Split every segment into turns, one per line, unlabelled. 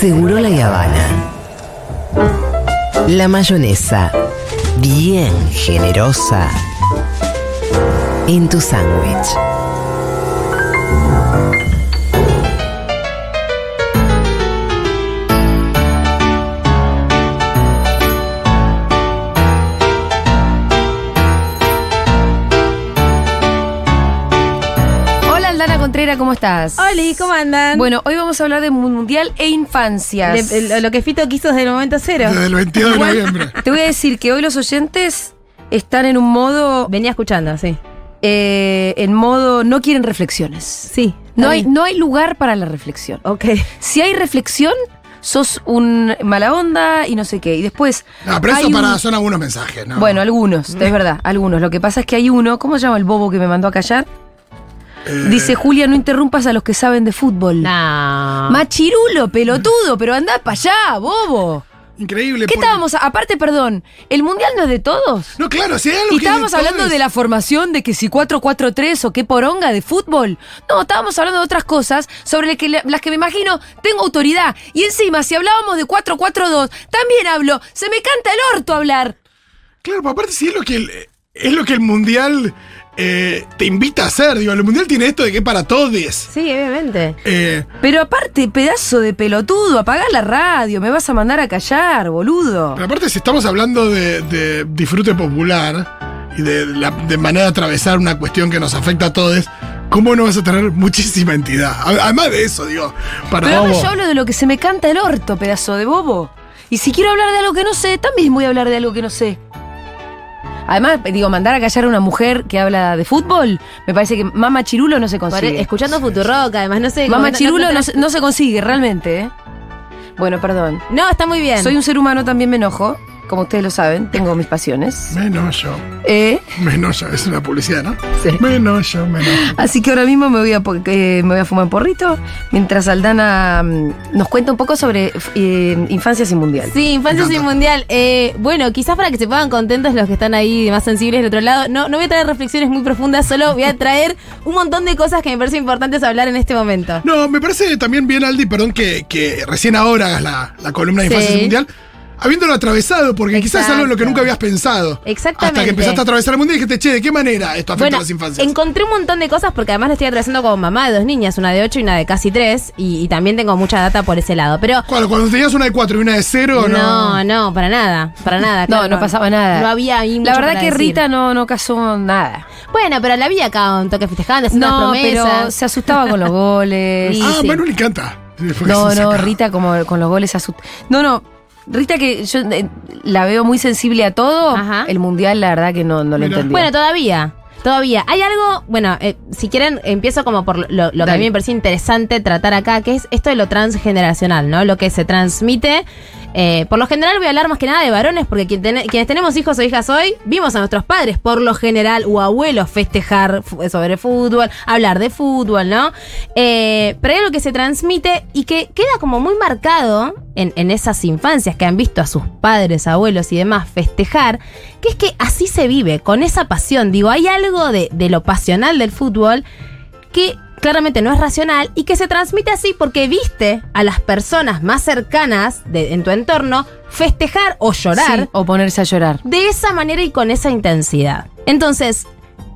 Seguro la Habana. La mayonesa, bien generosa, en tu sándwich.
Hola Aldana Contreras, ¿cómo estás?
Oli, ¿cómo andan?
Bueno, hoy vamos a hablar de mundial e infancias.
De- lo- lo que Fito quiso desde el momento cero.
Desde el 22 de noviembre.
Te voy a decir que hoy los oyentes están en un modo,
Venía escuchando, sí.
eh, en modo no quieren reflexiones.
Sí.
No
está
hay,
bien.
no hay lugar para la reflexión.
Ok.
Si hay reflexión, sos un mala onda y no sé qué. Y después.
No, pero eso
hay
para,
un-
son algunos mensajes, ¿no?
Bueno, algunos,
Mm.
es verdad, algunos. Lo que pasa es que hay uno, ¿cómo se llama el bobo que me mandó a callar?
Eh.
Dice Julia, no interrumpas a los que saben de fútbol.
No.
Machirulo, pelotudo, pero anda para allá, bobo.
Increíble.
¿Qué
porque-
estábamos? a- Aparte, perdón, ¿el mundial no es de todos?
No, claro, si hay algo
Y
que es
estábamos
todos
hablando
es-
de la formación, de que si 4-4-3 o qué poronga de fútbol. No, estábamos hablando de otras cosas sobre las que, las que me imagino tengo autoridad. Y encima, si hablábamos de 4-4-2, también hablo. Se me canta el orto hablar.
Claro, pero aparte sí es lo que el, es lo que el mundial eh, te invita a hacer. Digo, el mundial tiene esto de que es para todos.
Sí, obviamente.
Eh,
Pero aparte, pedazo de pelotudo, apagá la radio, me vas a mandar a callar, boludo.
pero aparte, si estamos hablando de, de disfrute popular y de, la- de manera de atravesar una cuestión que nos afecta a todos, ¿cómo no vas a tener muchísima entidad? A- Además de eso, digo, para
Pero ahora
Bobo.
yo hablo de lo que se me canta el orto, pedazo de bobo. Y si quiero hablar de algo que no sé, también voy a hablar de algo que no sé. Además, digo, mandar a callar a una mujer que habla de fútbol, me parece que Mama Chirulo no se
Por-
consigue.
escuchando Futuroca, además, no sé. como
Mama
no-
Chirulo no,
no,
se- no se consigue, realmente. ¿eh? Bueno, perdón.
no, está muy bien.
Soy un ser humano, también me enojo. Como ustedes lo saben, tengo mis pasiones.
Menos yo.
¿Eh?
Menos yo. Es una publicidad, ¿no?
Sí.
Menos yo, menos yo.
Así que ahora mismo me voy a, po- eh, me voy a fumar un porrito mientras Aldana mm, nos cuenta un poco sobre eh, infancias y mundial.
Sí, Infancia
Me
sin
encanta.
Mundial. Eh, bueno, quizás para que se pongan contentos los que están ahí más sensibles del otro lado. No, no voy a traer reflexiones muy profundas, solo voy a traer un montón de cosas que me parecen importantes hablar en este momento.
No, me parece también bien, Aldi, perdón, que, que recién ahora hagas la, la columna de
Sí.
Infancia Mundial, habiéndolo atravesado, porque quizás es algo en lo que
Exacto.
nunca habías pensado.
Exactamente.
Hasta que empezaste a atravesar el mundo y dijiste, che, ¿de qué manera esto afecta
Bueno,
a las infancias?
encontré un montón de cosas porque además lo estoy atravesando como mamá de dos niñas, una de 8 y una de casi 3, y, y también tengo mucha data por ese lado. Pero
Cuando, cuando tenías una de 4 y una de 0,
no,
no.
no, para nada, para nada.
No,
claro,
no pasaba nada.
No había ahí mucho
La verdad
para
que
decir.
Rita no, no casó nada.
Bueno, pero la había acá un toque festejante, haciendo
No,
unas
pero
promesas.
se asustaba con los goles.
Sí,
Ah,
sí.
Manu le encanta. Fue que
No,
se
no,
saca.
Rita como con los goles asustaba. No, no. Rita que yo eh, la veo muy sensible a todo.
Ajá.
El mundial, la verdad que no, no lo
Mira.
entendí.
Bueno, todavía. Todavía. Hay algo, bueno, eh, si quieren, empiezo como por lo, lo que a
Dale.
mí me parece interesante tratar acá, que es esto de lo transgeneracional, ¿no? Lo que se transmite. Eh, por lo general voy a hablar más que nada de varones, porque quien ten- quienes tenemos hijos o hijas hoy, vimos a nuestros padres, por lo general, o abuelos festejar fu- sobre fútbol, hablar de fútbol, ¿no? Eh, pero hay algo que se transmite y que queda como muy marcado en, en esas infancias que han visto a sus padres, abuelos y demás festejar, que es que así se vive, con esa pasión. Digo, hay algo de, de lo pasional del fútbol que claramente no es racional y que se transmite así porque viste a las personas más cercanas de- en tu entorno festejar o llorar
Sí, o ponerse a llorar.
de esa manera y con esa intensidad. Entonces,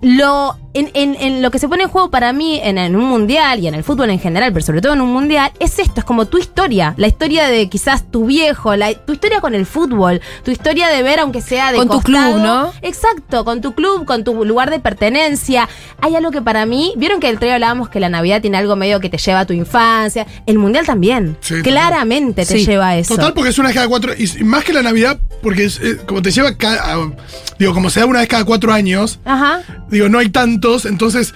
lo, en, en- en lo que se pone en juego para mí en, en un mundial y en el fútbol en general, pero sobre todo en un mundial, es esto, es como tu historia, la historia de quizás tu viejo, la- tu historia con el fútbol, tu historia de ver aunque sea de
Con tu
costado.
club, ¿no?
Exacto, con tu club, con tu lugar de pertenencia. Hay algo que para mí, vieron que el trío hablábamos que la Navidad tiene algo medio que te lleva a tu infancia, el mundial también,
Sí, total.
claramente te
Sí,
lleva a eso.
Total, porque es una vez cada cuatro. Y y más que la Navidad, porque es, eh, como te lleva. cada- a- digo, como se da una vez cada cuatro años,
Ajá.
digo, no hay tantos, entonces.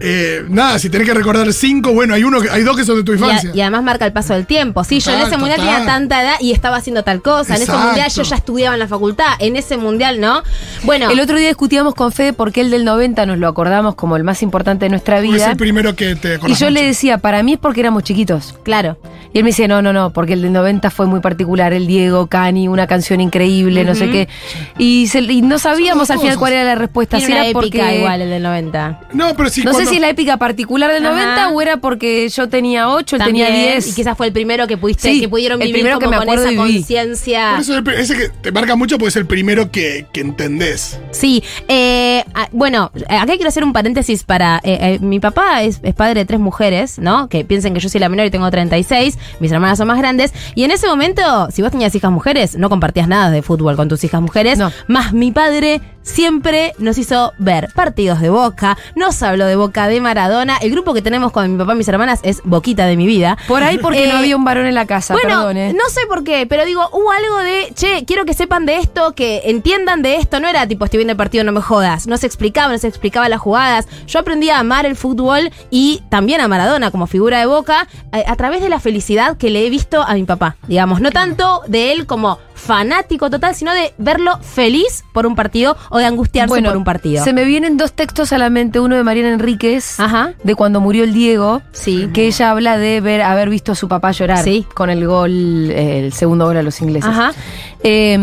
eh, nada, si tenés que recordar cinco, bueno, hay uno, que- hay dos que son de tu
Y a-
infancia.
Y, además marca el paso del tiempo. Sí, yo en
Total,
ese mundial
total.
tenía tanta edad y estaba haciendo tal cosa. En ese
Exacto.
mundial yo ya estudiaba en la facultad. En ese mundial, ¿no? Bueno,
El otro día discutíamos con Fede porque el del 90 nos lo acordamos como el más importante de nuestra
Porque es
vida.
el primero que
Y
te acordás
yo le
mucho.
decía, para mí es porque éramos chiquitos.
claro.
Y él me dice, no, no, no, porque el del 90 fue muy particular, el Diego, Cani, una canción increíble, no sé qué. Y, se- y no sabíamos
Son
al
dos
final
cosas.
cuál era la respuesta.
Tiene
Si
una
era
épica
porque-
igual el del 90.
No, pero sí.
No sé
cuando-
si es la épica particular del
Ajá.
90 o era porque yo tenía 8, él tenía
También,
10.
Y quizás fue el primero que pudiste,
Sí,
que pudieron
el
vivir
primero que
como
me
con
acuerdo
esa
y vi.
conciencia.
Por eso el pri- ese que te marca mucho porque es el primero que, que entendés.
Sí, eh, ah, bueno, eh, acá quiero hacer un paréntesis para... eh, eh, mi papá es, es padre de tres mujeres, ¿no? Que piensen que yo soy la menor y tengo 36, mis hermanas son más grandes, y en ese momento, si vos tenías hijas mujeres, no compartías nada de fútbol con tus hijas mujeres,
No.
más mi padre siempre nos hizo ver partidos de Boca, nos habló de Boca, de Maradona, el grupo que tenemos con mi papá y mis hermanas es Boquita de mi vida.
Por ahí porque
Eh,
no había un varón en la casa,
bueno,
perdón, ¿eh?
no sé por qué, pero digo, hubo algo de, che, quiero que sepan de esto, que entiendan de esto. No era tipo, estoy viendo el partido, no me jodas. No se explicaba, no se explicaba las jugadas. Yo aprendí a amar el fútbol y también a Maradona como figura de boca eh, a, a través de la felicidad que le he visto a mi papá. Digamos, no tanto de él como fanático total, sino de verlo feliz por un partido o de angustiarse por un partido.
Se me vienen dos textos a la mente, uno de Mariana Enríquez,
Ajá.
de cuando murió el Diego,
Sí.
que ella habla de ver haber visto a su papá llorar
Sí.
con el gol, eh, el segundo gol a los ingleses.
Ajá.
Eh,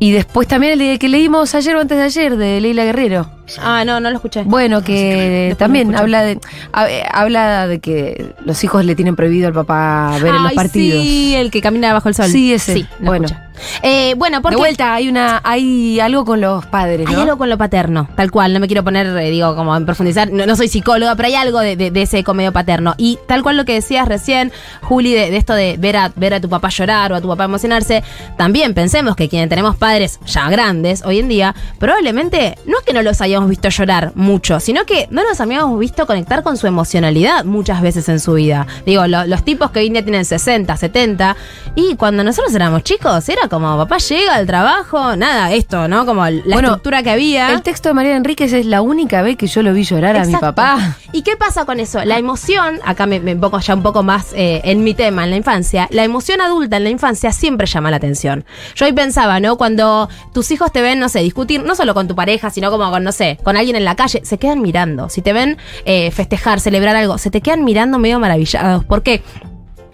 y después también el de que leímos ayer o antes de ayer, de Leila Guerrero.
Ah, no, no lo escuché.
Bueno, que
Después
también
lo escucho.
habla de ha- eh, habla de que los hijos le tienen prohibido al papá ver en los
Ay,
partidos.
Sí, el que camina bajo el sol.
Sí, ese.
lo
Bueno.
escuché. Eh, bueno,
De
porque
vuelta, hay una hay algo con los padres,
hay
¿no?
algo con lo paterno, tal cual, no me quiero poner, eh, digo, como en profundizar, no, no soy psicóloga, pero hay algo de, de- de ese comedio paterno. Y tal cual lo que decías recién, Juli, de, de esto de ver a, ver a tu papá llorar o a tu papá emocionarse, también pensemos que quienes tenemos padres ya grandes hoy en día, probablemente no es que no los hayamos visto llorar mucho, sino que no los habíamos visto conectar con su emocionalidad muchas veces en su vida. Digo, lo- los tipos que hoy en día tienen 60, 70, y cuando nosotros éramos chicos, era como papá llega al trabajo, nada, esto, ¿no? Como la
Bueno,
estructura que había.
El texto de María Enríquez es la única vez que yo lo vi llorar a mi
Exacto.
papá.
¿Y qué pasa con eso? La emoción, acá me, me enfoco ya un poco más eh, en mi tema, en la infancia, la emoción adulta en la infancia siempre llama la atención. Yo hoy pensaba, ¿no? Cuando tus hijos te ven, no sé, discutir, no solo con tu pareja, sino como con, no sé, con alguien en la calle, se quedan mirando. Si te ven eh, festejar, celebrar algo, se te quedan mirando medio maravillados. ¿Por qué?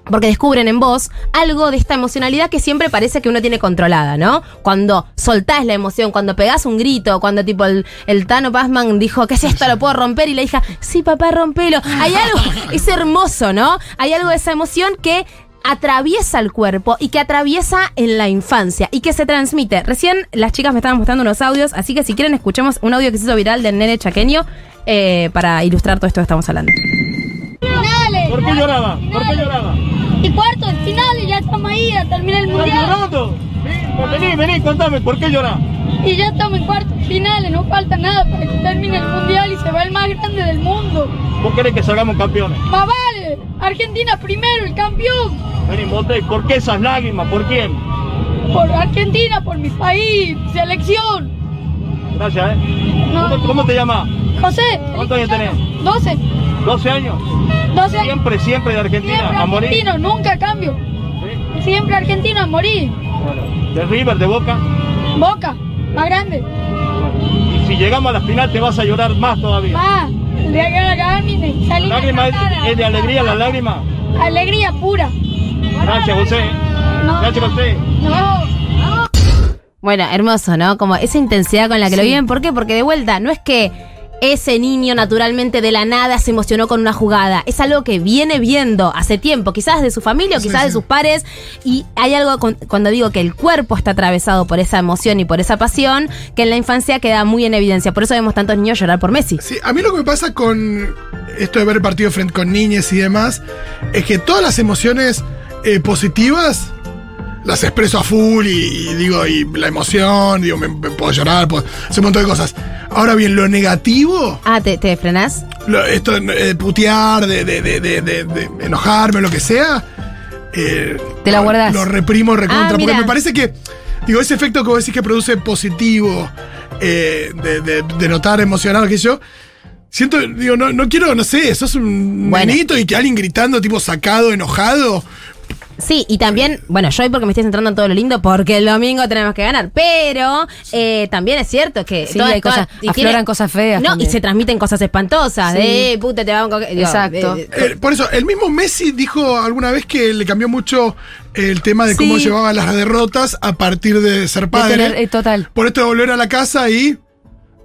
Porque descubren en vos algo de esta emocionalidad que siempre parece que uno tiene controlada, ¿no? Cuando soltás la emoción, cuando pegás un grito, cuando tipo el, el Tano Pazman dijo, ¿qué es esto? ¿Lo puedo romper? Y la hija, sí, papá, rompelo. Hay algo, es hermoso, ¿no? Hay algo de esa emoción que atraviesa el cuerpo y que atraviesa en la infancia y que se transmite. Recién las chicas me estaban mostrando unos audios, así que si quieren escuchemos un audio que se hizo viral del nene chaqueño eh, para ilustrar todo esto que estamos hablando.
finales.
¿Por qué lloraba? ¿Por qué
Finales.
lloraba?
Y cuarto, en finales, ya estamos ahí, ya termina el
¿Estás
mundial.
llorando? Ven, Vení, vení, contame, ¿por qué lloraba?
Y ya estamos en cuarto, finales, no falta nada para que termine el mundial y se va el más grande del mundo.
¿Vos querés que salgamos campeones?
Más vale, Argentina primero, el campeón.
Vení, Monte, ¿por qué esas lágrimas? ¿Por quién?
Por Argentina, por mi país, selección.
Gracias, ¿eh?
No.
¿Cómo, cómo te llamas?
José.
¿Cuántos años tenés?
12.
12 años.
12 años.
Siempre, siempre de Argentina,
Siempre
a morir.
argentino, nunca cambio.
¿Sí?
Siempre argentino, a morir.
Bueno, de River, de Boca.
Boca, más grande.
Y si llegamos a la final te vas a llorar más todavía.
Más. Le agarra a Gamine, salí a
¿Lágrima es,
cantar a-
es de alegría la lágrima?
Alegría pura.
Gracias, José.
No.
Gracias, José.
No.
Bueno, hermoso, ¿no? Como esa intensidad con la que lo
Sí.
viven. ¿Por qué? Porque de vuelta, no es que ese niño naturalmente de la nada se emocionó con una jugada. Es algo que viene viendo hace tiempo, quizás de su familia o
Sí,
quizás de
sí.
sus pares. Y hay algo con- cuando digo que el cuerpo está atravesado por esa emoción y por esa pasión, que en la infancia queda muy en evidencia. Por eso vemos tantos niños llorar por Messi.
Sí, a mí lo que me pasa con esto de ver partido frente con niñas y demás es que todas las emociones eh, positivas las expreso a full y, y digo, y la emoción, digo, me, me puedo llorar, puedo hacer un montón de cosas. Ahora bien, lo negativo,
Ah, ¿te, te frenás?
lo- esto de eh, putear, de, de- de- de- de- de enojarme, lo que sea, eh,
Te la
lo-
guardás.
Lo reprimo, recontra,
Ah,
porque
mira.
me parece que, digo, ese efecto que vos decís que produce positivo, eh, de, de- de notar emocionado, qué sé yo. Siento, digo, no, no quiero, no sé, sos un
Bueno.
manito y que alguien gritando, tipo sacado, enojado.
Sí, y también, bueno, yo hoy porque me estoy centrando en todo lo lindo, porque el domingo tenemos que ganar, pero eh, también es cierto que
Sí, hay cosas- afloran cosas feas
No,
también.
y se transmiten cosas espantosas,
Sí.
de "Eh, puta, te va a... co-". Digo,
Exacto.
eh,
Eh, por eso, el mismo Messi dijo alguna vez que le cambió mucho el tema de cómo
Sí.
llevaba las derrotas a partir de ser padre.
tener- eh, total.
Por esto de volver a la casa y.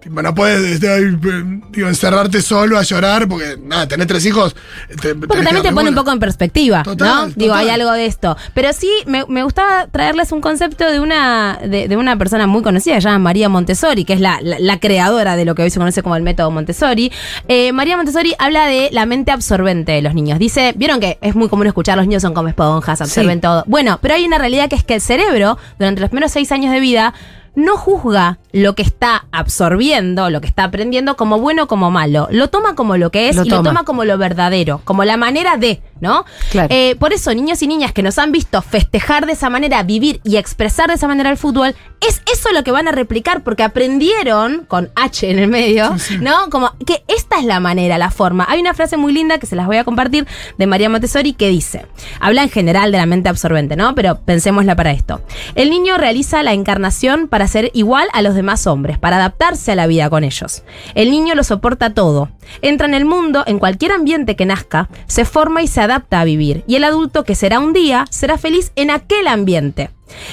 Tipo, no puedes este, ay, eh, digo, encerrarte solo a llorar porque, nada, tener tres hijos. te- tenés
Porque
que
también te
darle
pone un
bola.
poco en perspectiva, ¿no?
Total,
Digo,
total.
hay algo de esto. Pero sí, me, me gustaba traerles un concepto de una, de, de una persona muy conocida, que se llama María Montessori, que es la, la- la creadora de lo que hoy se conoce como el método Montessori. Eh, María Montessori habla de la mente absorbente de los niños. Dice, vieron que es muy común escuchar, los niños son como esponjas, absorben
Sí.
todo. Bueno, pero hay una realidad que es que el cerebro, durante los primeros seis años de vida, no juzga lo que está absorbiendo, lo que está aprendiendo, como bueno o como malo. Lo toma como lo que es
Lo
y lo
toma.
toma como lo verdadero, como la manera de, ¿no?
Claro.
Eh, por eso, niños y niñas que nos han visto festejar de esa manera, vivir y expresar de esa manera el fútbol, es eso lo que van a replicar porque aprendieron, con H en el medio, ¿no? Como que esta es la manera, la forma. Hay una frase muy linda que se las voy a compartir de María Montessori que dice, habla en general de la mente absorbente, ¿no? Pero pensémosla para esto. El niño realiza la encarnación para ser igual a los demás hombres, para adaptarse a la vida con ellos. El niño lo soporta todo. Entra en el mundo, en cualquier ambiente que nazca, se forma y se adapta a vivir. Y el adulto que será un día, será feliz en aquel ambiente.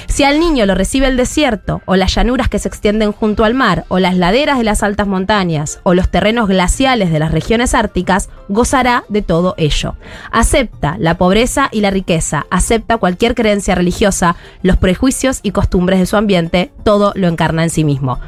Si al niño lo recibe el desierto, o las llanuras que se extienden junto al mar, o las laderas de las altas montañas, o los terrenos glaciales de las regiones árticas, gozará de todo ello. Acepta la pobreza y la riqueza, acepta cualquier creencia religiosa, los prejuicios y costumbres de su ambiente, todo lo encarna en sí mismo.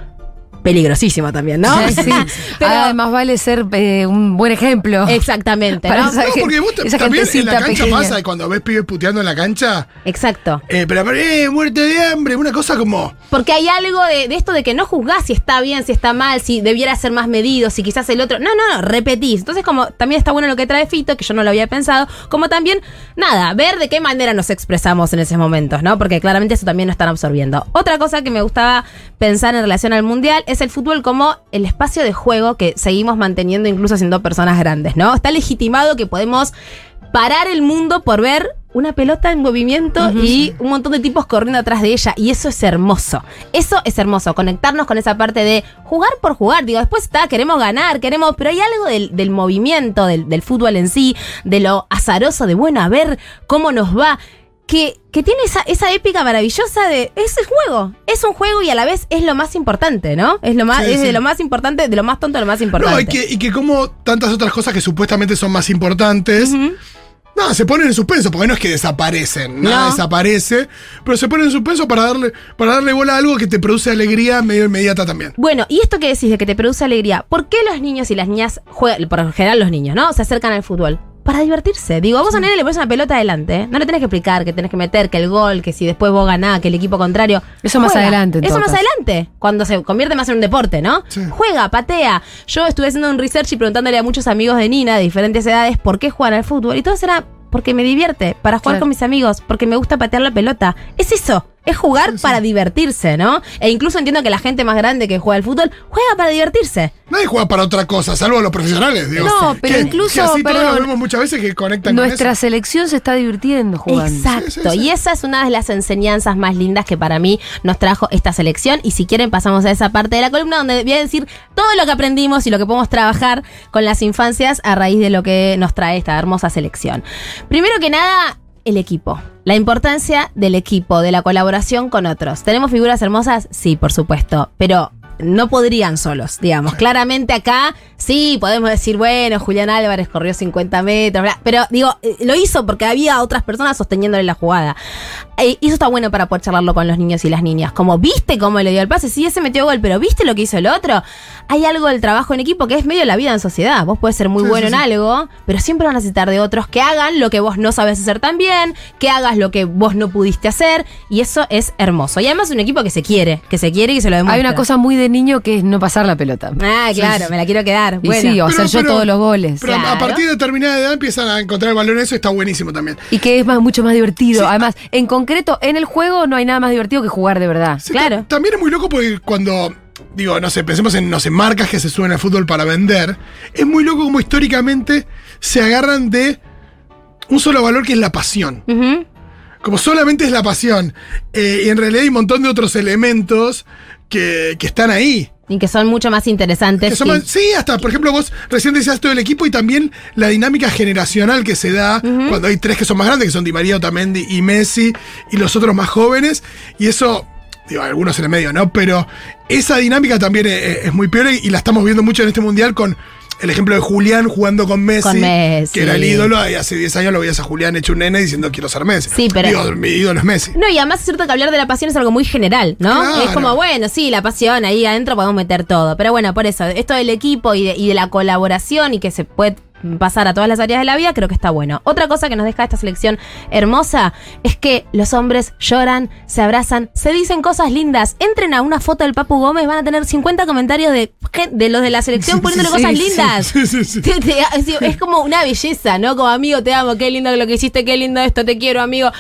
Peligrosísimo también, ¿no?
Sí, sí.
Pero-
Además vale ser eh, un buen ejemplo.
Exactamente,
Para
¿no?
esa
No,
gen-
porque vos ta-
esa
también en
gentecita
la cancha
pequeña.
pasa y cuando ves pibes puteando en la cancha.
Exacto.
Eh, pero, pero, eh, muerte de hambre, una cosa como.
Porque hay algo de, de esto de que no juzgás si está bien, si está mal, si debiera ser más medido, si quizás el otro. No, no, no, repetís. Entonces, como también está bueno lo que trae Fito, que yo no lo había pensado, como también, nada, ver de qué manera nos expresamos en esos momentos, ¿no? Porque claramente eso también nos están absorbiendo. Otra cosa que me gustaba pensar en relación al mundial es el fútbol como el espacio de juego que seguimos manteniendo incluso siendo personas grandes, ¿no? Está legitimado que podemos parar el mundo por ver una pelota en movimiento y un montón de tipos corriendo atrás de ella. Y eso es hermoso. Eso es hermoso. Conectarnos con esa parte de jugar por jugar. Digo, después está, queremos ganar, queremos. Pero hay algo del, del movimiento, del, del fútbol en sí, de lo azaroso, de bueno, a ver cómo nos va. Que, que tiene esa, esa épica maravillosa de. Es el juego. Es un juego y a la vez es lo más importante, ¿no? Es lo más,
Sí,
es
sí.
de lo más importante, de lo más tonto a lo más importante.
No, y que, y que como tantas otras cosas que supuestamente son más importantes. No, se ponen en suspenso, porque no es que desaparecen, nada
No.
desaparece, pero se ponen en suspenso para darle, para darle bola a algo que te produce alegría medio inmediata también.
Bueno, y esto que decís de que te produce alegría, ¿por qué los niños y las niñas juegan, por lo general los niños, ¿no? Se acercan al fútbol. Para divertirse. Digo, vos a nene le pones una pelota adelante. ¿eh? No le tenés que explicar que tenés que meter, que el gol, que si después vos ganás, que el equipo contrario.
Eso más adelante, en
Eso
todo
más
caso.
adelante. Cuando se convierte más en un deporte, ¿no?
Sí.
Juega, patea. Yo estuve haciendo un research y preguntándole a muchos amigos de Nina de diferentes edades por qué juegan al fútbol. Y todo era porque me divierte, para jugar
Claro.
con mis amigos, porque me gusta patear la pelota. Es eso. Es jugar para divertirse, ¿no? E incluso entiendo que la gente más grande que juega al fútbol juega para divertirse.
Nadie juega para otra cosa, salvo los profesionales, digo.
No, pero
Que-
incluso,
que así todos lo
perdón,
vemos muchas veces que conectan con
Nuestra
eso.
selección se está divirtiendo jugando.
Exacto.
Sí, sí, sí.
Y esa es una de las enseñanzas más lindas que para mí nos trajo esta selección. Y si quieren, pasamos a esa parte de la columna donde voy a decir todo lo que aprendimos y lo que podemos trabajar con las infancias a raíz de lo que nos trae esta hermosa selección. Primero que nada, el equipo. La importancia del equipo, de la colaboración con otros. ¿Tenemos figuras hermosas? Sí, por supuesto. Pero no podrían solos, digamos. Claramente acá sí podemos decir, bueno, Julián Álvarez corrió 50 metros, bla, pero digo, eh, lo hizo porque había otras personas sosteniéndole la jugada. Eh, Y eso está bueno para poder charlarlo con los niños y las niñas. Como viste cómo le dio el pase, sí, ese metió gol, pero viste lo que hizo el otro. Hay algo del trabajo en equipo que es medio la vida en sociedad. Vos puedes ser muy
Sí,
bueno
sí,
en
sí.
algo, pero siempre van a necesitar de otros que hagan lo que vos no sabes hacer tan bien, que hagas lo que vos no pudiste hacer, y eso es hermoso. Y además es un equipo que se quiere, que se quiere y que se lo demuestra.
Hay una cosa muy de niño que es no pasar la pelota.
Ah, claro, me la quiero quedar.
Y
Bueno.
sí, o
Pero-
hacer yo
pero-
todos los goles.
Pero a
Claro.
partir de determinada edad empiezan a encontrar el valor en eso y está buenísimo también.
Y que es más, mucho más divertido. Además, en concreto, en el juego no hay nada más divertido que jugar de verdad.
Sí,
Claro.
ta- También es muy loco porque cuando, digo, no sé, pensemos en, no sé, marcas que se suben al fútbol para vender, es muy loco como históricamente se agarran de un solo valor que es la pasión.
Ujú.
como solamente es la pasión. Eh, y en realidad hay un montón de otros elementos que, que están ahí.
Y que son mucho más interesantes.
Que son
y-
más- sí, hasta, por ejemplo, vos recién decías todo el equipo y también la dinámica generacional que se da cuando hay tres que son más grandes, que son Di María, Otamendi y Messi, y los otros más jóvenes. Y eso, digo, algunos en el medio, ¿no? Pero esa dinámica también e- e- es, muy peor y, y la estamos viendo mucho en este mundial con el ejemplo de Julián jugando con Messi,
Con Messi.
que era el ídolo, y hace 10 años lo veías a Julián hecho un nene diciendo quiero ser Messi.
Sí, pero-
Digo, mi ídolo es Messi.
No, y además es cierto que hablar de la pasión es algo muy general, ¿no?
Claro.
Es como, bueno, sí, la pasión, ahí adentro podemos meter todo. Pero bueno, por eso, esto del equipo y de, y de la colaboración y que se puede pasar a todas las áreas de la vida, creo que está bueno. Otra cosa que nos deja esta selección hermosa es que los hombres lloran, se abrazan, se dicen cosas lindas. Entren a una foto del Papu Gómez, van a tener 50 comentarios de, gen- de los de la selección poniéndole
sí,
cosas
sí,
lindas.
sí, sí, sí.
Te- te- es, es como una belleza, ¿no? Como amigo, te amo, qué lindo lo que hiciste, qué lindo esto, te quiero, amigo.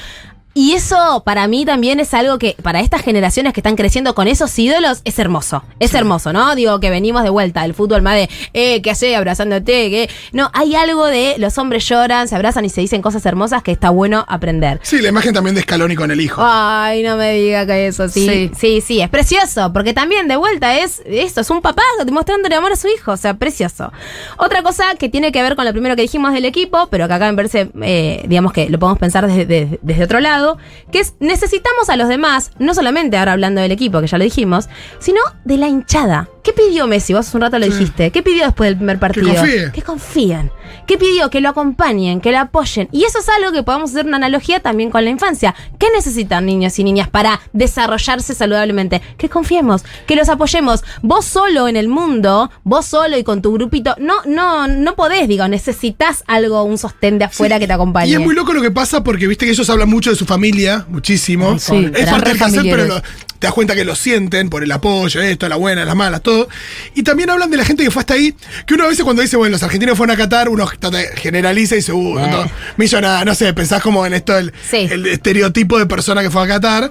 Y eso para mí también es algo que para estas generaciones que están creciendo con esos ídolos es hermoso. Es hermoso, ¿no? Digo que venimos de vuelta del fútbol más de, eh, ¿qué hace abrazándote? ¿Qué? No, hay algo de los hombres lloran, se abrazan y se dicen cosas hermosas que está bueno aprender.
Sí, la imagen también de Scaloni con el hijo.
Ay, no me diga que eso, sí, sí.
Sí.
Sí, es precioso, porque también de vuelta es esto, es un papá demostrándole amor a su hijo, o sea, precioso. Otra cosa que tiene que ver con lo primero que dijimos del equipo, pero que acá en verse, eh, digamos que lo podemos pensar desde, desde- desde otro lado, que es necesitamos a los demás, no solamente ahora hablando del equipo, que ya lo dijimos, sino de la hinchada. ¿Qué pidió Messi? Vos hace un rato lo dijiste. ¿Qué pidió después del primer partido?
confíe.
que confíen, que pidió que lo acompañen, que lo apoyen. Y eso es algo que podemos hacer una analogía también con la infancia. ¿Qué necesitan niños y niñas para desarrollarse saludablemente? Que confiemos, que los apoyemos. Vos solo en el mundo, vos solo y con tu grupito, no, no, no podés, digo, necesitas algo, un sostén de afuera
Sí,
que te acompañe.
Y es muy loco lo que pasa porque viste que ellos hablan mucho de su familia, muchísimo.
Sí,
es
eran
fuerte
re
el placer, pero
familiares.
lo- te das cuenta que lo sienten por el apoyo, esto, la buena, las malas, todo. Y también hablan de la gente que fue hasta ahí, que uno a veces cuando dice, bueno, los argentinos fueron a Qatar, uno trata de- generaliza y dice, uh, no, millonada, no sé, pensás como en esto, el,
Sí.
el estereotipo de persona que fue a Qatar,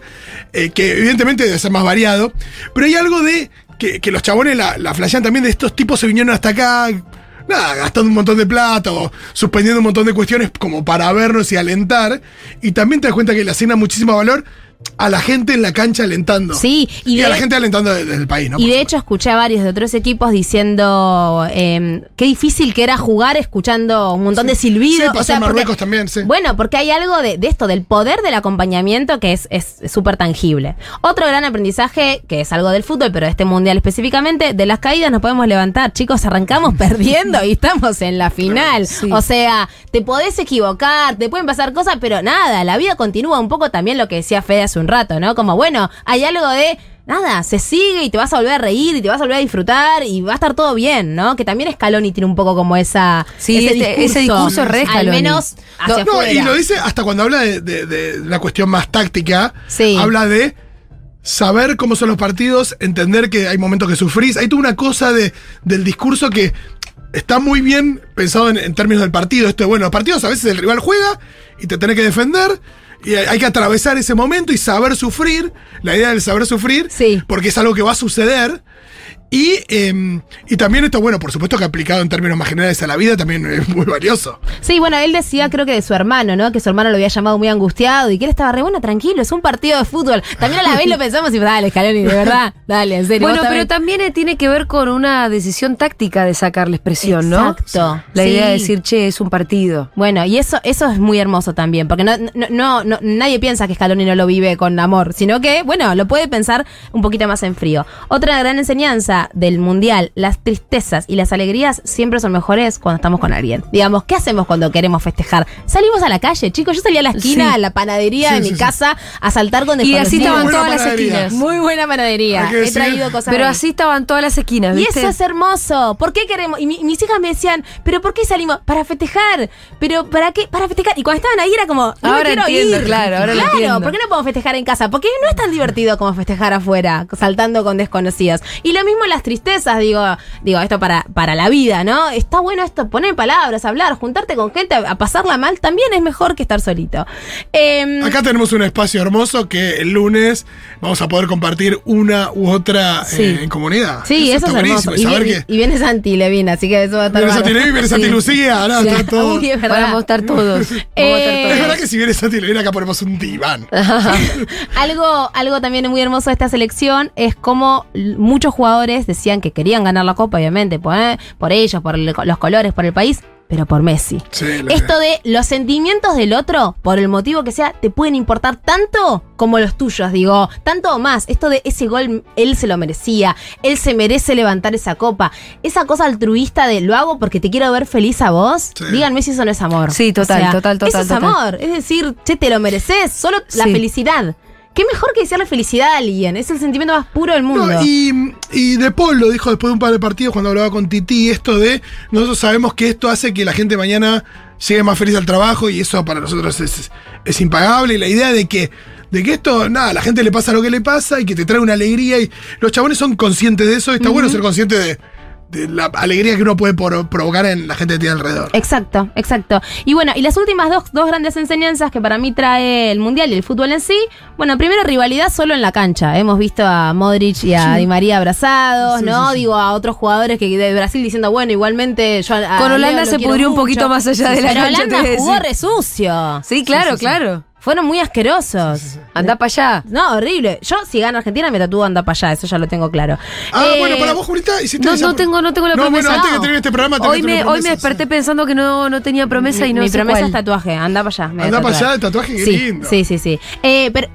eh, que evidentemente debe ser más variado, pero hay algo de que, que los chabones la, la flashean también de estos tipos se vinieron hasta acá. Nada, gastando un montón de plata o suspendiendo un montón de cuestiones como para vernos y alentar. Y también te das cuenta que le asigna muchísimo valor a la gente en la cancha alentando.
Sí, y
y,
de-
a la gente alentando de- del país, ¿no?
Y de hecho escuché a varios de otros equipos diciendo eh, qué difícil que era jugar escuchando un montón de
Sí,
silbidos.
pasó
O sea,
en
porque-
Marruecos también, sí.
Bueno, porque hay algo de, de esto, del poder del acompañamiento que es es súper tangible. Otro gran aprendizaje, que es algo del fútbol, pero de este mundial específicamente, de las caídas nos podemos levantar. Chicos, arrancamos perdiendo y estamos en la final.
Sí.
O sea, te podés equivocar, te pueden pasar cosas, pero nada, la vida continúa un poco también lo que decía Fede hace un rato, ¿no? Como, bueno, hay algo de... Nada, se sigue y te vas a volver a reír y te vas a volver a disfrutar y va a estar todo bien, ¿no? Que también Scaloni tiene un poco como esa.
Sí,
ese,
este-
discurso,
ese discurso es re
Al
Scaloni.
menos hacia
No,
afuera.
y lo dice hasta cuando habla de, de- de la cuestión más táctica.
Sí.
Habla de saber cómo son los partidos, entender que hay momentos que sufrís. Hay toda una cosa de, del discurso que está muy bien pensado en, en términos del partido. Esto de, bueno, los partidos a veces el rival juega y te tenés que defender. Y hay hay que atravesar ese momento y saber sufrir. La idea del saber sufrir.
Sí.
Porque es algo que va a suceder. Y, em, y también esto, bueno, por supuesto que aplicado en términos más generales a la vida también es muy valioso.
Sí, bueno, él decía, creo que de su hermano, ¿no? Que su hermano lo había llamado muy angustiado y que él estaba re bueno, tranquilo, es un partido de fútbol. También a la vez lo pensamos y dale, Scaloni, de verdad, dale, en serio.
Bueno,
vos
pero
también.
también eh, tiene que ver con una decisión táctica de sacarles presión, ¿no?
Exacto.
La idea de
Sí.
decir, che, es un partido.
Bueno, y eso, eso es muy hermoso también, porque no, no, no, no- nadie piensa que Scaloni no lo vive con amor, sino que, bueno, lo puede pensar un poquito más en frío. Otra gran enseñanza del Mundial, las tristezas y las alegrías siempre son mejores cuando estamos con alguien. Digamos, ¿qué hacemos cuando queremos festejar? Salimos a la calle, chicos, yo salí a la esquina,
Sí.
a la panadería
Sí,
de
sí,
mi
sí.
casa, a saltar con
Y así
desconocidos.
estaban
buena
todas las
panadería.
esquinas.
Muy buena panadería,
Hay que
he traído
decir-
cosas
Pero
ahí.
así estaban todas las esquinas,
Y
¿viste?
eso es hermoso. ¿Por qué queremos? Y mi- mis hijas me decían, ¿pero por qué salimos? Para festejar. ¿Pero para qué? Para festejar. Y cuando estaban ahí era como, no me
Ahora
quiero
entiendo,
ir.
claro, ahora lo
Claro,
entiendo.
¿por qué no podemos festejar en casa? Porque no es tan divertido como festejar afuera, saltando con desconocidos. Y lo mismo las tristezas, digo, digo, esto para, para la vida, ¿no? Está bueno esto, poner palabras, hablar, juntarte con gente, a, a pasarla mal, también es mejor que estar solito. Em,
Acá tenemos un espacio hermoso que el lunes vamos a poder compartir una u otra
Sí.
eh, en comunidad.
sí, eso,
está
es
buenísimo.
hermoso.
Y
Y,
saber
viene-
que.
y viene Santi Levin, así que eso va a estar
Viene Santi
bárbaro.
Levin, viene Santi
Sí.
Lucía, ahora está todo.
Uy, es verdad.
Vamos a estar todos. Vamos a estar
Eh,
Es verdad que si viene Santi Levin acá ponemos un diván.
Ah. Algo, algo también muy hermoso de esta selección es cómo l- muchos jugadores decían que querían ganar la Copa, obviamente, por, eh, por ellos, por el- los colores, por el país, pero por Messi.
Sí, lo
Esto de los sentimientos del otro, por el motivo que sea, te pueden importar tanto como los tuyos, digo, tanto o más. Esto de ese gol, él se lo merecía, él se merece levantar esa copa. Esa cosa altruista de lo hago porque te quiero ver feliz a vos,
Sí.
díganme si eso no es amor.
Sí, total, total, total,
Eso es
total.
amor, es decir, che, te lo mereces, solo la
Sí.
felicidad. ¿Qué mejor que decirle felicidad a alguien? Es el sentimiento más puro del mundo.
No, y, y De Paul lo dijo después de un par de partidos cuando hablaba con Titi, esto de nosotros sabemos que esto hace que la gente mañana llegue más feliz al trabajo y eso para nosotros es, es impagable y la idea de que, de que esto, nada, a la gente le pasa lo que le pasa y que te trae una alegría y los chabones son conscientes de eso y está bueno ser consciente de, de la alegría que uno puede por- provocar en la gente que tiene alrededor.
Eh,
Exacto, exacto. Y bueno, y las últimas dos, dos grandes enseñanzas que para mí trae el Mundial y el fútbol en sí. Bueno, primero, rivalidad solo en la cancha. Hemos visto a Modric y a Di María abrazados, ¿no? Digo, a otros jugadores que de Brasil diciendo, bueno, igualmente yo a- a
Con Holanda
Leo lo
se
quiero
pudrió un
mucho.
poquito más allá de la
Pero
cancha, te voy
Holanda
a
jugó
decir.
re sucio.
Sí, claro, claro.
Fueron muy asquerosos.
Anda para allá.
No, horrible. Yo, si gana Argentina, me tatúo anda para allá, eso ya lo tengo claro.
Ah,
Eh,
bueno, para vos, Julita, hiciste
No,
esa-
no tengo, no tengo la
No,
promesa.
bueno, antes que termine este programa tenés
hoy
una
me, hoy
promesa,
me desperté
sí.
pensando que no, no tenía promesa y no
Mi
sé
promesa
cuál.
es tatuaje, anda para allá. me voy a
Andá para
tatuar.
allá, el tatuaje, qué
sí,
lindo.
Sí, sí, sí. Eh, pero,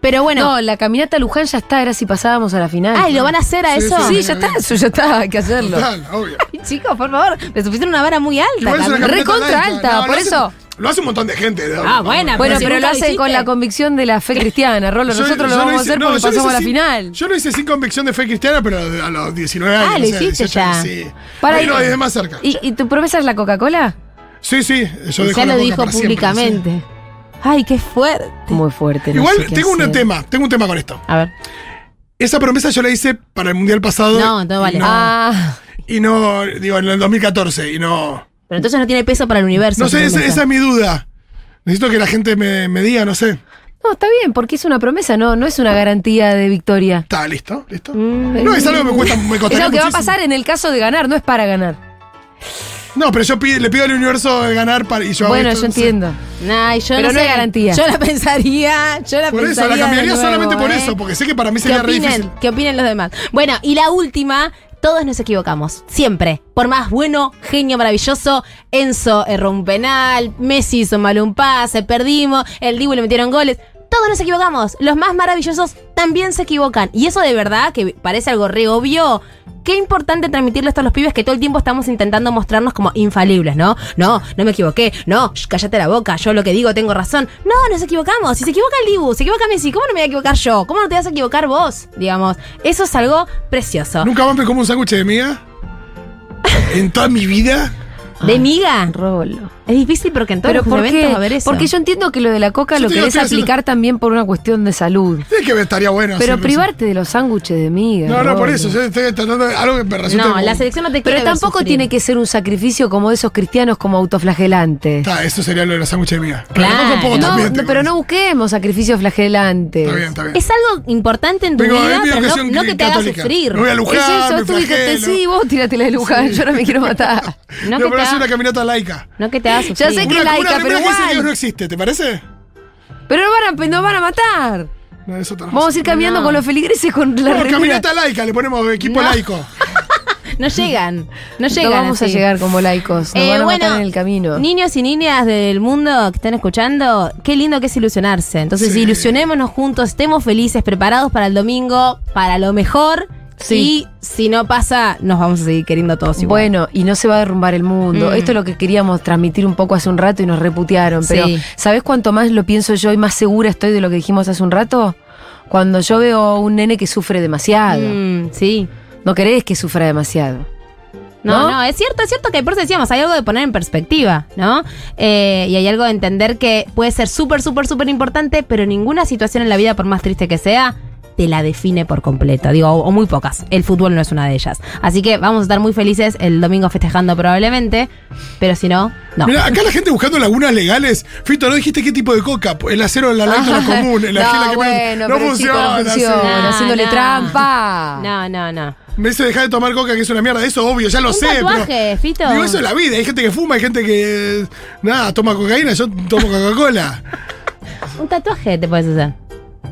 pero bueno.
No, la caminata a Luján ya está, era si pasábamos a la final.
Ay, ¿lo van a hacer a
Sí,
eso?
Sí, ya está, eso ya está, hay que hacerlo.
Total, obvio.
Ay, chicos, por favor, me supusieron una vara muy alta.
Igual es una
Cami.
camioneta
recontra alta, por
lo hace-
eso.
Lo hace un montón de gente. ¿no?
Ah, buena,
Bueno,
si
pero lo
nunca
hacen
lo
con
hiciste.
la convicción de la fe cristiana, Rolo.
Yo-
Nosotros lo
yo
vamos a
hice-
hacer
no,
porque
yo lo hice
pasamos a la
sin-
final.
Yo lo hice sin convicción de fe cristiana, pero a los 19 años.
Ah,
no
lo
sé,
hiciste
18 años,
ya.
Sí.
Para
Ahí
ir-
lo de más cerca.
¿Y, y tu promesa es la Coca-Cola?
sí, sí, yo dejo
ya
la
lo
boca
dijo
para siempre,
públicamente. Ay, qué fuerte.
Muy fuerte.
sí.
no
Igual
sé qué
tengo un
hacer.
tema, tengo un tema con esto.
A ver.
Esa promesa yo la hice para el mundial pasado.
No, no vale.
Ah,
Y no, digo, en el 2014. Y no.
Pero entonces no tiene peso para el universo.
No sé,
esa
esa,
promesa.
esa es mi duda. Necesito que la gente me, me diga, no sé.
no, está bien, porque es una promesa, no, no es una garantía de victoria.
Está, listo, listo. No, es algo que me cuesta, me
Mm, Es
costaría
lo que va a
muchísimo.
pasar en el caso de ganar, no es para ganar.
No, pero yo pi- le pido al universo de ganar para, y yo hago
Bueno,
esto,
yo
no sé.
entiendo.
Ay, yo
Pero
no,
no
sé.
hay garantía.
Yo la pensaría. Yo la
Por
pensaría.
eso, la
de
cambiaría
nuevo,
solamente por
¿eh?
eso, porque sé que para mí
¿Qué
sería re difícil.
opinen? ¿Qué opinen los demás? Bueno, y la última, todos nos equivocamos, siempre. Por más bueno, genio, maravilloso, Enzo erró un penal, Messi hizo mal un pase, perdimos, el Dibu le metieron goles. Todos nos equivocamos, los más maravillosos también se equivocan. Y eso de verdad, que parece algo re obvio, qué importante transmitirle esto a los pibes que todo el tiempo estamos intentando mostrarnos como infalibles, ¿no? No, no me equivoqué, no, sh, cállate la boca, yo lo que digo tengo razón. No, nos equivocamos, si se equivoca el Dibu, se equivoca Messi, ¿cómo no me voy a equivocar yo? ¿Cómo no te vas a equivocar vos? Digamos, eso es algo precioso.
Nunca más me como un sándwich de miga. En toda mi vida.
De miga,
Rolo.
es difícil porque en todos
Pero
los
¿por
eventos
qué?
va a haber eso.
Porque yo entiendo que lo de la coca
Yo
lo
te digo,
querés
estoy haciendo-
aplicar también por una cuestión de salud.
Es que estaría bueno.
Pero
hacerlo
privarte de los sándwiches de
así.
miga.
No, no, por
Rolo.
eso. Yo estoy tratando de algo que me resulta.
No, la selección no te quiere
Pero
ver
tampoco
sufrir.
tiene que ser un sacrificio como de esos cristianos como autoflagelantes.
Está, eso sería lo de los sándwiches de miga.
Claro.
Pero un poco
No,
No,
también,
no,
tengo
pero
eso.
no busquemos sacrificios flagelantes.
Está bien, está bien.
Es algo importante en tu
Tengo
vida,
amigos
pero no,
son
no que te haga
católicas.
sufrir.
No voy a Luján,
es
me
eso, tú
flagelo.
dijiste, sí, vos tirate la de Luján, yo no me quiero matar.
No
No,
que
pero
te
es
haga-
una caminata laica.
No que te haga sufrir.
Ya sé que laica,
Una, una remera
pero
que dice
igual.
Dios no existe, ¿te parece?
Pero no van, a, no van a matar.
No, eso está.
Vamos a ir caminando
No.
con los feligreses con la
Bueno,
remera.
caminata laica, le ponemos equipo laico.
No llegan, no
No
llegan.
vamos a
así.
llegar como laicos, nos
Eh,
van a
bueno,
matar en el camino.
Niños y niñas del mundo que están escuchando, qué lindo que es ilusionarse. Entonces,
Sí.
ilusionémonos juntos, estemos felices, preparados para el domingo, para lo mejor.
Sí.
Y si no pasa, nos vamos a seguir queriendo todos igual.
Bueno, y no se va a derrumbar el mundo.
Mm.
Esto es lo que queríamos transmitir un poco hace un rato y nos reputearon. Pero,
Sí.
¿sabes cuánto más lo pienso yo y más segura estoy de lo que dijimos hace un rato? Cuando yo veo un nene que sufre demasiado.
Mm, sí.
No querés que sufra demasiado.
No,
¿No?
no, es cierto, es cierto que por eso decíamos, hay algo de poner en perspectiva, ¿no? Eh, y hay algo de entender que puede ser súper, súper, súper importante, pero ninguna situación en la vida, por más triste que sea, te la define por completo. Digo, o, o muy pocas. El fútbol no es una de ellas. Así que vamos a estar muy felices el domingo festejando probablemente, pero si no, no.
Mirá, acá la gente buscando lagunas legales. Fito, ¿no dijiste qué tipo de coca? El acero
Ah.
en la lactona común, el
no,
acero que
bueno, pero
no
el chico
funciona.
no funciona,
No,
haciéndole
no.
trampa.
No, no, no.
sí. Me dice dejar de tomar coca, que es una mierda. Eso obvio, ya lo
Un
sé.
tatuaje,
pero-
Fito.
Digo, eso es la vida. Hay gente que fuma, hay gente que. Nada, toma cocaína, yo tomo Coca-Cola.
Un tatuaje te puedes hacer.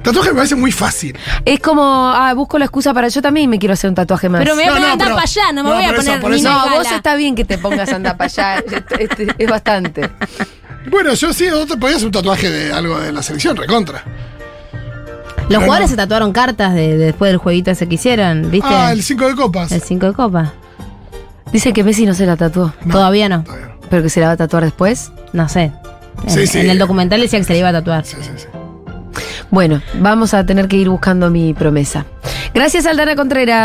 Tatuaje me parece muy fácil.
Es como, ah, busco la excusa para yo también me quiero hacer un tatuaje más.
Pero me Eh, voy a
No,
poner
no,
andar
pero-
para allá, no me
no,
voy a
por eso,
poner
por
ni
eso.
no,
una
vos
gala.
está bien que te pongas anda para allá. Este- este- es bastante.
Bueno, yo sí, otro, podía hacer un tatuaje de algo de la selección, recontra.
Los jugadores se tatuaron cartas de, de después del jueguito ese que hicieron, ¿viste?
Ah, el 5 de copas.
el 5 de copa.
Dice que Messi no se la tatuó,
Todavía no.
Está bien.
pero que se la va a tatuar después.
No sé. En,
Sí, sí.
en el documental decía que se le iba a tatuar.
Sí, sí, sí.
Bueno, vamos a tener que ir buscando mi promesa. Gracias, Aldana Contreras.